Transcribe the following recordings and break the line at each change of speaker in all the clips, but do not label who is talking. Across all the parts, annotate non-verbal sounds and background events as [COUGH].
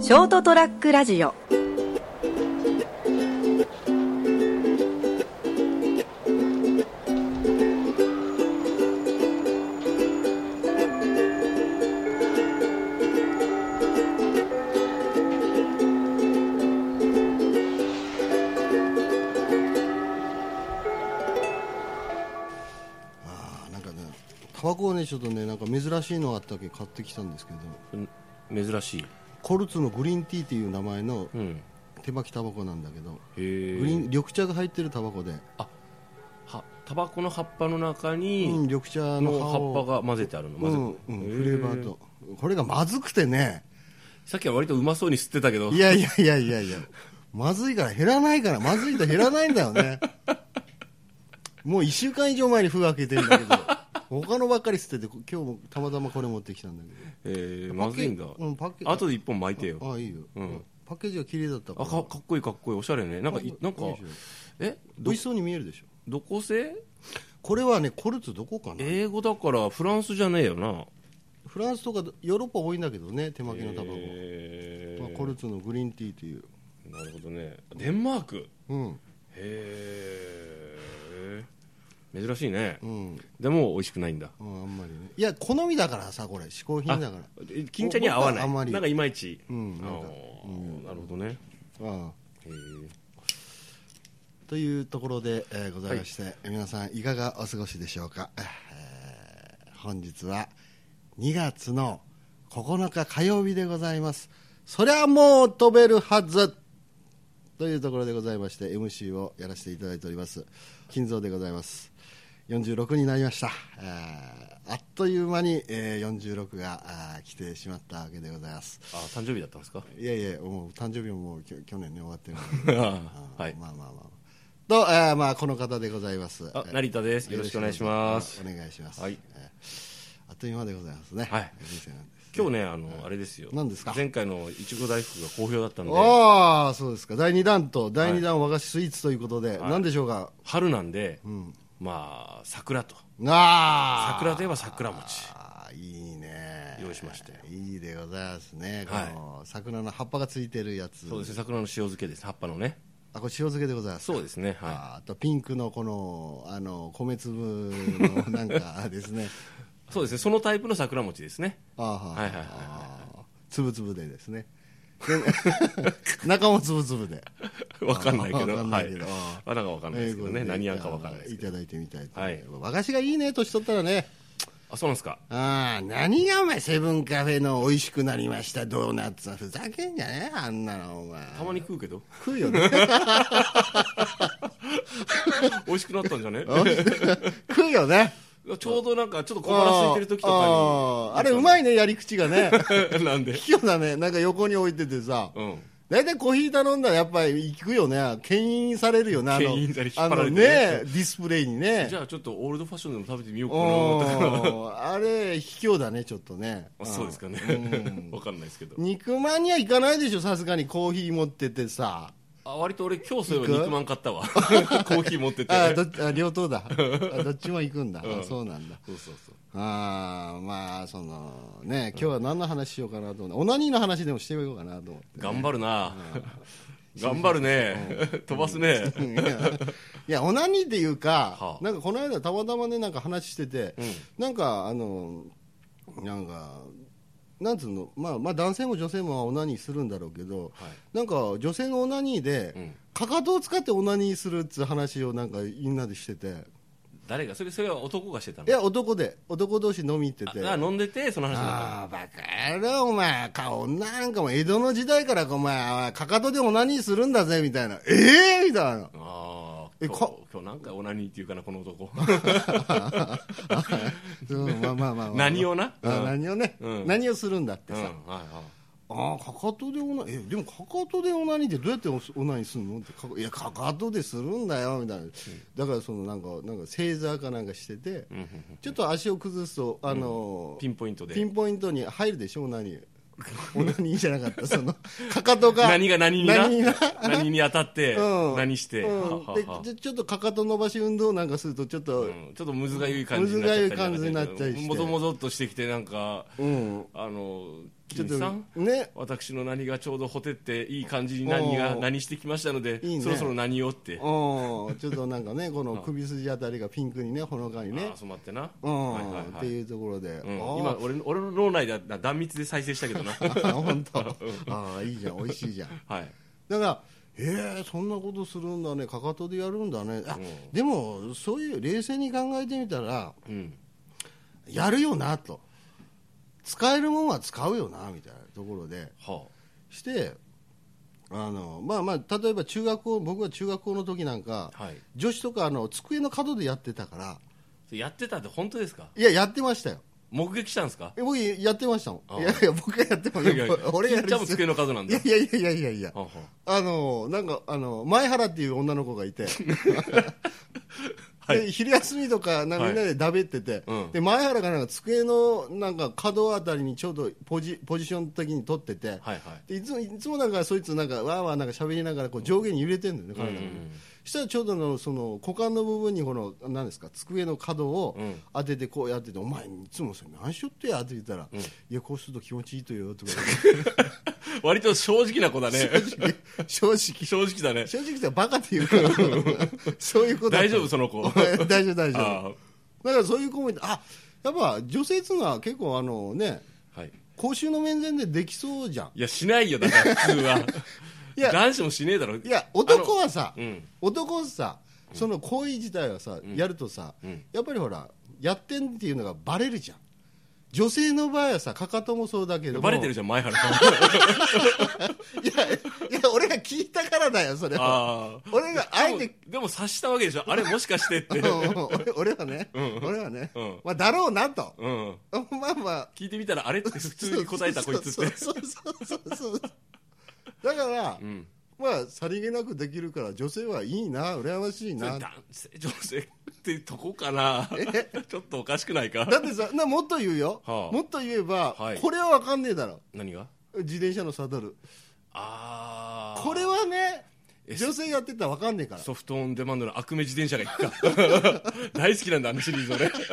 ショートトラックラジオ
あーなんかねタバコをねちょっとねなんか珍しいのがあったわけ買ってきたんですけど
珍しい、
コルツのグリーンティーっていう名前の
うん、へ
手巻きタバコなんだけど、
え
グリーン緑茶が入ってるタバコで、
はタバコの葉っぱの中
うん
に、
緑茶の
の
葉を
葉っぱが混ぜてあるの
う
混
ん
ぜ、
う
て
ん
へ
フレーバーとこれがまずくてね
さっきは割とうまそうに吸ってたけど
いやいやいやいやいやまずいから減らないからまずいんだ減らないんだよねもう1週間以上前に封開けてんだけど他のばっかり捨てて今日もたまたまこれ持ってきたんだけど
えー、まずいんだ
うんパッケージ
あとで一本巻いてよ
あいいよ、
うん
パッケージが綺麗だった
あかかっこいいかっこいいおしゃれねなんかいなんか
いいでしょ
え
美
ど
味しそうに見えるでしょ
どこ製
これはねコルツどこかな
英語だからフランスじゃねえよな
フランスとかヨーロッパ多いんだけどね手巻きのタバコ、
へ
まあ、コルツのグリーンティーという、
ーなるほどねデンマーク
うん
へえ珍しいね
うん
でも美味しくないんだ
うんあんまりねいや好みだからさこれ嗜好品だから
え金ちゃんには合わな
僕はあんま
い
り
なんかいまいち
うん
あ
なんか
ーなるほどね
ああ
へー
というところで、えーございまして、皆さんいかがお過ごしでしょうか、えー本日は2月の9日火曜日でございますそりゃもう飛べるはずというところでございまして MC をやらせていただいております金蔵でございます46になりましたえーあっという間に、えー46があー来てしまったわけでございます
あ誕生日だったんですか
いやいやもう誕生日ももうきょ去年ね終わってるので
あ [LAUGHS] ーはい
まあまあまあ。と、えーまあこの方でございます。
あ
えー
成田ですよろしくお願いします
よろしくお願いします。
はい
えーあっという間でございますね。
はい
人生なんです。
今日ねあのあれですよ
何ですか
前回のいちご大福が好評だったので
ああ、そうですか。第2弾と、第2弾和菓子スイーツということで、何でしょうか。
春なんで
うん。
まあ桜と
ああ。
桜といえば桜餅
あーいいね。
用意しましたよ
いいでございますね。こ
はい
の桜の葉っぱがついてるやつ。
そうですね桜の塩漬けです葉っぱのね
あ、これ塩漬けでございますか。
そうですね
あ
は
ーあとピンクのこのあの米粒のなんかですね
いそうですねそのタイプの桜餅ですね [LAUGHS]
あーはー
はいはいはいはい
あーつぶつぶでですね
[LAUGHS]
で中もつぶつぶで
わかんないけ
あ
ど、
わかん
は
ないいけどあ。
あ、なんかわかんないですけどね、何やんかわ
わ
かんないです
い
けど。
ただいてみたいと
はい
和菓子がいいね年取ったらね
あ、そうなんですか。
ああ何がお前セブンカフェの美味しくなりましたドーナツはふざけんじゃねえあんなのお前
たまに食うけど、
食うよね [LAUGHS]
美味しくなったんじ
[LAUGHS]
ゃね。
食うよね
ちょうどなんか、ちょっと小腹空いてる時とか
あー
に。
あれうまいねやり口がね [LAUGHS]
[LAUGHS] なんで。
器用だねなんか横に置いててさ、
うん。
大体コーヒー頼んだらやっぱり行くよね牽引されるよねあの
牽引され引っ
あ
張られ
の
て
ね
ね
ディスプレイにね
じゃあ、ちょっとオールドファッションでも食べてみようかな
お
と思ったから。
ーあれ卑怯だねちょっとね
あ [LAUGHS] そうですかね
うん。
わかんないですけど。
肉まんには行かないでしょさすがにコーヒー持っててさ
あ、割と俺、今日そういえ
行
ば
く
肉まん買った [LAUGHS] わ。コーヒー持ってて。
あどっあ両方
[LAUGHS]
だあどっちも行くんだ、あそうなんだ
そうそうそう。
あーまあそのね今日は何の話しようかなと思ってオナニーの話でもしてみようかなと思って
頑張るな。頑張るね。飛ばすね。
いやいやオナニーっていうか、
はあ
なんかこの間たまたまねなんか話してて、
うん
なんかあのなんかなんつうのまあまあ男性も女性もオナニーするんだろうけど、
はい
なんか女性のオナニーで、
うん
かかとを使ってオナニーするっつう話をなんかみんなでしてて
誰が、それ、それは男がしてたの
い。や男で男同士飲み行ってて
あ、飲んでて、その話になったの。
ああバカ野郎お前か女なんかも江戸の時代からお前かかとでオナニーするんだぜみたいなええみたいな
ああ
え
今日
か
今日何回オナニーっていうかなこの男
うんまあまあまあまあ、
[LAUGHS] 何をな
あ
うん
何をね、
うん
何をするんだって
うん
さ、
はいは
ああかかとでオナえでもかかとでオナニーってどうやってオオナニーするのってかかいやかかとでするんだよみたいな、だからそのなんかなんか正座かなんかしてて、
いうんうん
ちょっと足を崩すとあのー
ピンポイントで
ピンポイントに入るでしょオナニーオナニーじゃなか
[LAUGHS]
ったそのかかとが
何が何にな
何にな
何に当たって
うん
何して
う
は
ん
は
で
は
ちょちょっとかかと伸ばし運動なんかするとちょっと、
うんちょっとむずがゆい感じになっちゃっ
むずが
たり
ゆい感じになっちゃいして
もぞもぞっとしてきてなんか
うん
あの
ちょっ
金さん
とね
私の何がちょうどほてっていい感じに何
お
が
ー
何してきましたので
いいね
そろそろ何をって
うんちょっとなんかねこの首筋あたりがピンクにねほのかにね
ああ染まってな、
うん、
はいはいは
って
い
いうところで、
うん
あー
今俺の俺の脳内では断密で再生したけどな [LAUGHS]
あ本当ああいいじゃん美味しいじゃん
はい
だからえー、そんなことするんだねかかとでやるんだねあ、
うん
でもそういう冷静に考えてみたら
うん
やるよなと使えるもんは使うよなみたいなところで
は
してあのまあまあ例えば中学校僕は中学校の時なんか
あはい
女子とかあの机の角でやってたから
それやってたって本当ですか
いややってましたよ
目撃したんですか
え僕やってましたも
あ
ん
あ
いやいや僕がやっても
いやいや
[LAUGHS] 俺やる
金ちゃんも机の数なん
い
だ
やいやいやいやいやいや
はあは
あのなんかあの前原っていう女の子がいて、
はい
で昼休みとかなんか
は
み
い
んなでだべってて、
うん
で前原がなんか机のなんか角あたりにちょうどポジポジション的に取ってて、
あはいはい
でいつもいつもなんかそいつなんかわーわーなんか喋りながらこう上下に揺れてるんだよね、体が
うんうんうん
したらちょうどあのその股間の部分にこの何ですか机の角を
うん
当ててこうやってて、お前いつもそれ何しよってやって言ったら、
うん
いやこうすると気持ちいいとよとか
[LAUGHS] 割と正直な子だね
言って正直正直
正直だね
正直さバカっていうか
[LAUGHS]
そういうことだ
大丈夫その子
[LAUGHS] 大丈夫大丈
あ
夫だからそういう子もいてあやっぱ女性っていうのは結構あのね
あはい
公衆の面前でできそうじゃん
いやしないよだから普通は
いや
男子もしねえだろ
いや男はさ、
うん
男はさその行為自体はさ、やるとさ、
うん
やっぱりほらやってんっていうのがバレるじゃん女性の場合はさかかともそうだけども
バレてるじゃん前原さん
[LAUGHS] いやいや俺が聞いたからだよそれは
ああ
俺があえて
でもでも察したわけでしょあれもしかしてって
[LAUGHS] うん俺俺はね、俺はね、
うん
まあ、だろうなと、
うん
まあまあ
聞いてみたらあれって普通に答えたこいつって
そうそうそうそうそうだから、
うん
まあさりげなくできるから女性はいいな羨ましい
それ
なだ
男性女性ってとこかな [LAUGHS] ちょっとおかしくないか
ってさなもっと言うよ、
はあ
もっと言えば、
はい
これは分かんねえだろ
何が
自転車のサドル
ああ
これはね
え
女性やってたら分かんねえから
ソフトオンデマンドの悪夢自転車が行くか [LAUGHS] 大好きなんだあのシリーズ
そ
俺
う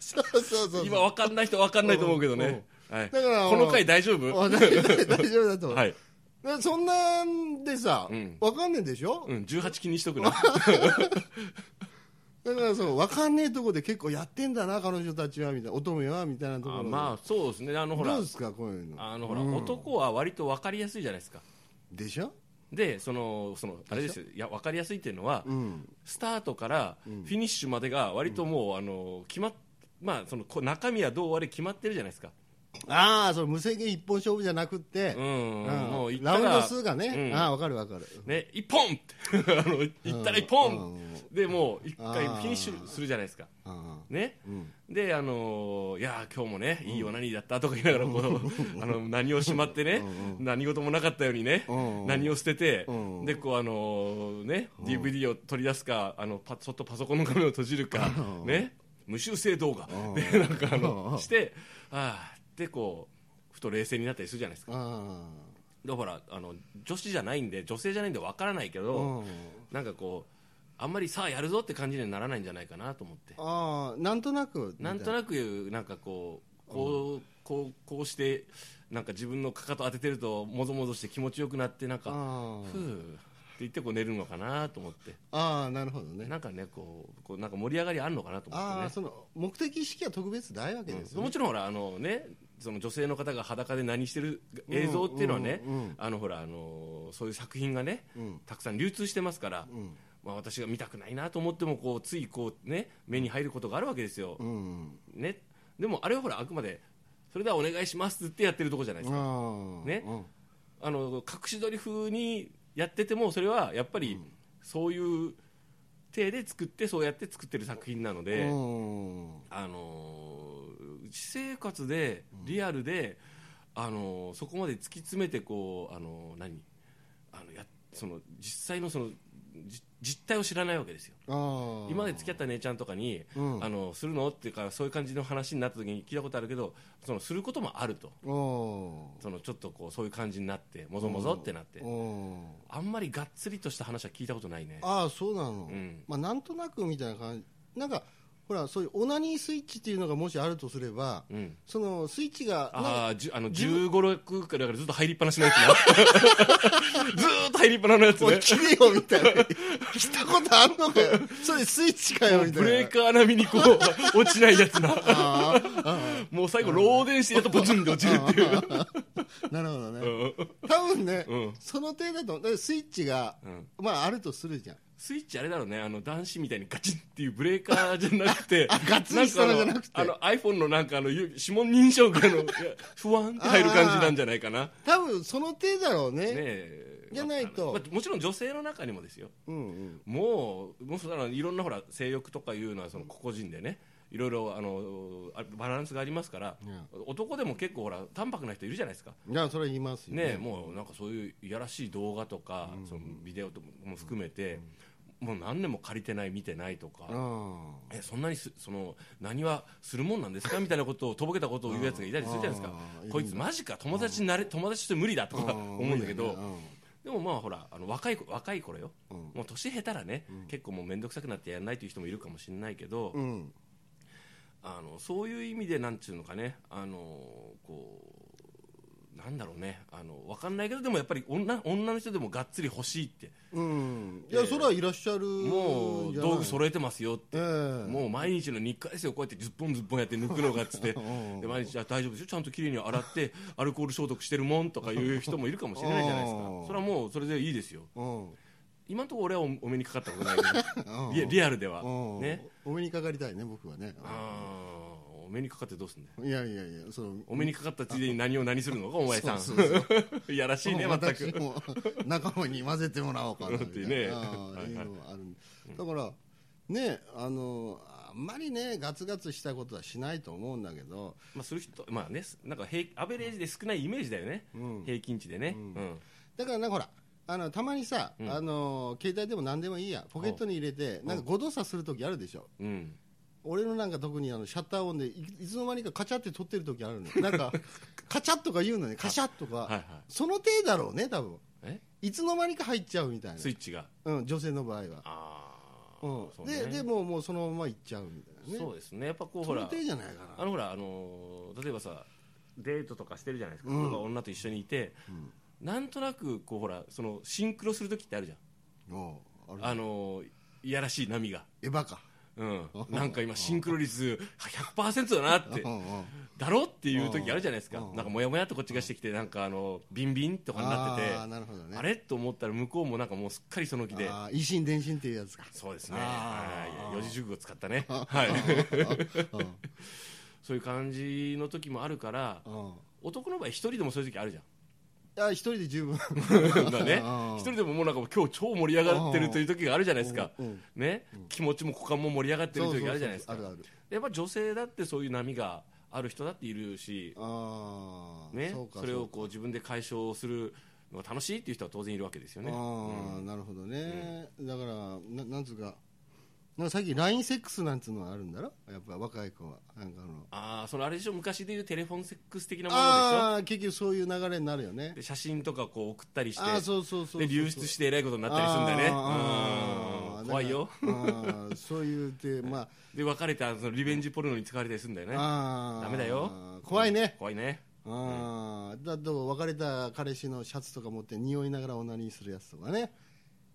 そうそうそう
今分かんない人は分かんないと思うけどね、はい、
だから
この回大丈夫
あ大丈夫大丈夫だと思う、
はい、
でそんなんでさ、
うん
分かんねえでしょ、
うん、18気にしとくな
だからそう分かんねえとこで結構やってんだな彼女たちはみたいな乙女はみたいなところ
あ
で
まあそうですねあのほ
ど
ら
うですかこういうの
あのほら、
うん
男は割と分かりやすいじゃないですか
でしょ
でそのそのあれですよいや分かりやすいっていうのは、
うん
スタートからフィニッシュまでが割ともう、あの決まっまあそのこ中身はどうあれ決まってるじゃないですか
ああその無制限一本勝負じゃなくって
う、ん、
うん
もう行った
ラ
ら
ウンド数がね、
うん
ああ分かる分かる
ね、一本 [LAUGHS] ってあの行ったら一本、
うん
でもう一回
あー
フィニッシュするじゃないですか
ああ
ね
うん
であのーいやー今日もねいいよ何だったとか言いながらこうあの何をしまってね何事もなかったようにね
うん
何を捨てて
うん
でこうあのーね DVD を取り出すかあのパそっとパソコンの画面を閉じるかね無修正動画
うん
[LAUGHS] でなんかあ
うん
のしてああってこうふと冷静になったりするじゃないですか
あ
でほらあの女子じゃないんで女性じゃないんでわからないけ
あ、
ど、
うん、
なんかこうあんまりさあやるぞって感じにはならないんじゃないかなと思って
ああなんとなく
なんとなくなんかこうこうこうこうしてなんか自分のかかと当ててるともぞもぞして気持ちよくなってなんか
あ
ふうって言ってこう寝るのかなと思って
あああなるほどね
なんかねこうこうなんか盛り上がりあるのかなと思って
あ
ね
あその目的意識は特別ないわけです
うん
よ、
もちろんほらあの、ね、その女性の方が裸で何してる映像っていうのはね、
うんうんうん
あのほらあのそういう作品がね、
うん
たくさん流通してますから、
ん
まあ、私が見たくないなと思ってもこうついこう、ね、目に入ることがあるわけですよ、
うん
ね、でもあれはほらあくまでそれではお願いしますってやってるとこじゃないですか、
ああ
ね
うん
あの隠し撮り風にやっててもそれはやっぱりそういう体で作ってそうやって作ってる作品なので。
うん
あのー私生活でリアルで、あのーそこまで突き詰めてこう、あのー何あのやその実際のそのじ実態を知らないわけですよ
ああ
今まで付き合った姉ちゃんとかに、
うん
あのするのっていうかそういう感じの話になった時に聞いたことあるけどそのすることもあると
お
そのちょっとこうそういう感じになってもぞもぞってなって、
ーおー
あんまりがっつりとした話は聞いたことないね
ああそうなの、
うん
まあ、なんとなくみたいな感じなんかほらそういうオナニースイッチっていうのがもしあるとすれば、
うん
そのスイッチが
ああじゅあの
自
1 5 6からだからずっと入りっぱなしのやつな
[LAUGHS]
ずーっと入りっぱなしのやつ
もう
ね
切れよみたいな
[LAUGHS]
来たことあんのかよそれスイッチかよみたいな
ブレーカー並みにこう落ちないやつな
あーあ
もう最後漏電してやっとポツンで落ちるっていう
ーなるほどね、
うん
多分ね、
うん
その程度だとだからスイッチが、
うん
まああるとするじゃん
スイッチあれだろうねあの男子みたいにガチンっていうブレーカーじゃなく
[LAUGHS]
て
ガツンしたのじゃなくて
んかあのあの iPhone のなんかあのゆ指紋認証が
[LAUGHS]
あのいや不安って入る感じなんじゃないかな
多分その程度だろうね
ねえ
じゃないと
まあもちろん女性の中にもですよ
うんうん
もうもうそだからいろんなほら性欲とかいうのはその個々人でねいろいろあのあバランスがありますから、男でも結構ほら淡白な人いるじゃないですか
じゃあそれ言いますよね
ね、もうなんかそういういやらしい動画とか、そのビデオとかも含めて、もう何年も借りてない見てないとか、
うん
えそんなにすその何はするもんなんですかみたいなことをとぼけたことを言うやつがいたりするじゃないですか
うん
こいつマジか友達になれ友達として無理だとか
うん
思うんだけど、
無理ね
でもまあほらあの若い子若い頃よ、
うん
もう年下手らね、結構もう面倒くさくなってやらないという人もいるかもしれないけど、
うんうん
あのそういう意味でなんていうのかねあのこうなんだろうねあのわかんないけどでもやっぱり女女の人でもがっつり欲しいって
うん、いや、それはいらっしゃる
もう道具
れ、
揃えてますよって
ええ
もう毎日の日課ですよこうやってズッポンズッポンやって抜くのがっつって [LAUGHS]
ん
で毎日あ大丈夫ですよちゃんときれいに洗って [LAUGHS] アルコール消毒してるもんとかいう人もいるかもしれないじゃないですか
うん
それはもうそれでいいですよ
うん
今のところ俺はおお目にかかった [LAUGHS] ことないけ
う
ど
ん
リリアルでは
うん
ね
お目にかかりたいね僕はね
あーお目にかかってどうすんだよ
いやいやいやその
お目にかかったついでに何を何するのかお前さん
そうそうそ
[LAUGHS] いやらしいね全
私
く
も仲間に混ぜてもらおうかなみたいな
ね
あ
は
あい
いうはい
のがあるんでだからねあのあんまりねガツガツしたことはしないと思うんだけど
まあする人まあねなんか平アベレージで少ないイメージだよね、平均値でね、うん
だからなんかほらあのたまにさ、あの携帯でも何でもいいやポケットに入れてなんか誤動作するときあるでしょ
うん
俺のなんか特にあのシャッター音でいいつの間にかカチャって撮ってる時あるのよ
[LAUGHS]
なんかカチャッとか言うのねカシャッとか、
はいはい
その程度だろうね多分
え
いつの間にか入っちゃうみたいな
スイッチが
うん、女性の場合は、
ああ、
うん
そうね
ででもうもうそのまま行っちゃうみたいなね
そうですねやっぱこう
そ
ほ
の
ら
程度じゃないか
あのほらあのー例えばさデートとかしてるじゃないですか、例えば女と一緒にいて、なんとなくこうほらそのシンクロする時ってあるじゃん、
なおうあれ
あのーいやらしい波が、
エヴァか
[LAUGHS] うん、なんか今シンクロ率100%だなって [LAUGHS]
うんうん
だろっていう時あるじゃないですか、
うんうん
なんかもやもやっとこっちがしてきて、なんかあのビンビンとかになってて、
あーなるほどね
あれと思ったら向こうもなんかもうすっかりその気で、
あー維新伝心っていうや
[LAUGHS]
つか
そうですね、
あー
はい四字熟語使ったね、はい、 [LAUGHS] そういう感じの時もあるから、
うん
男の場合、一人でもそういう時あるじゃん。
あ一人で十分 [LAUGHS]
だね
うん、
一人でももうなんか今日超盛り上がってるという時があるじゃないですか
うんうん、
ね、気持ちも股間も盛り上がってる時があるじゃないですか
そうそうそうあるある
やっぱ女性だってそういう波がある人だっているし、
あー
ね、
そう
そ
か
れ
そ
を
うか
こう自分で解消するのが楽しいっていう人は当然いるわけですよね。
ああ、なるほどね、だからななんつうかなんか最近 LINE セックスなんつうのはあるんだろやっぱ若い子はなんかあの
ああ、そのあれでしょ、昔でいうテレフォンセックス的なものでしょ
ああ結局そういう流れになるよね
で写真とかこう送ったりして
ああそうそうそうそう
で流出してえらいことになったりするんだよね
あーあー
う
あ
ん
ー
怖いよ
だからあーそういう
[LAUGHS]
てまあ
で別れたそのリベンジポルノに使われたりするんだよね
あー
ダメだよ
怖いね、
怖いね
ああだと別れた彼氏のシャツとか持って匂いながらオナニーするやつとかね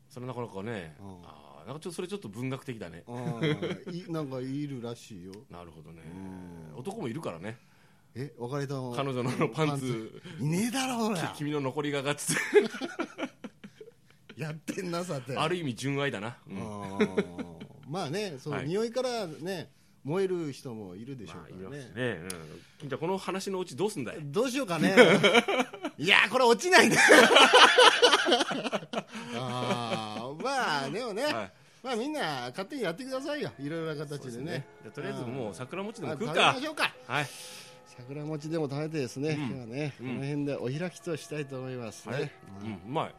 それなかなかね
うん
あーなんかちょっとそれちょっと文学的だね
あーいなんかいるらしいよ
なるほどね男もいるからね
え別れた
彼女のパンツ
いねえだろほ
き
ら
君の残りががっつって
やってんなさて
ある意味純愛だなうん
あーまあねその
はい
匂いからね燃える人もいるでしょ
まあいう
から
ます
ね、
ねうん君ちゃんこの話のうちどうすんだい
どうしようか
[LAUGHS]
ねいやーこれ落ちないねあーまあでもね、
はい
まあみんな勝手にやってくださいよいろいろな形でね
じゃあとりあえずもう桜餅でも
あ
食う
食べ
か
ましょうか
はい
桜餅でも食べてですね、今日はねこの辺でお開きとしたいと思います
はい
ね、
うんうまい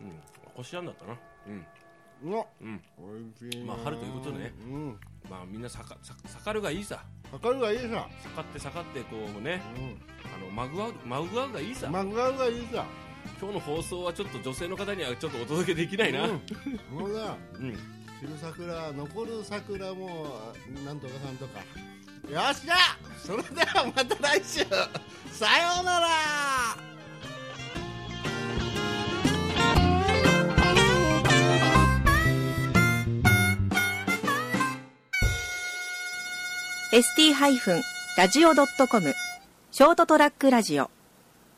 うんこしあんだったなうん
うん、お
うん
いしいな
まあ春ということでね
うん
まあみんなさかさ盛るがいいさ
明るがいいさ、
盛って盛ってこうね
う
あのマグワウマグワウがいいさ、
ん、マグロがいいさ
今日の放送はちょっと女性の方にはちょっとお届けできないな、
うん、そうだ
うん
散る桜残る桜もなんとかさんとかよっしゃそれではまた来週さようなら
ー ST-radio.com ショートトラックラジオ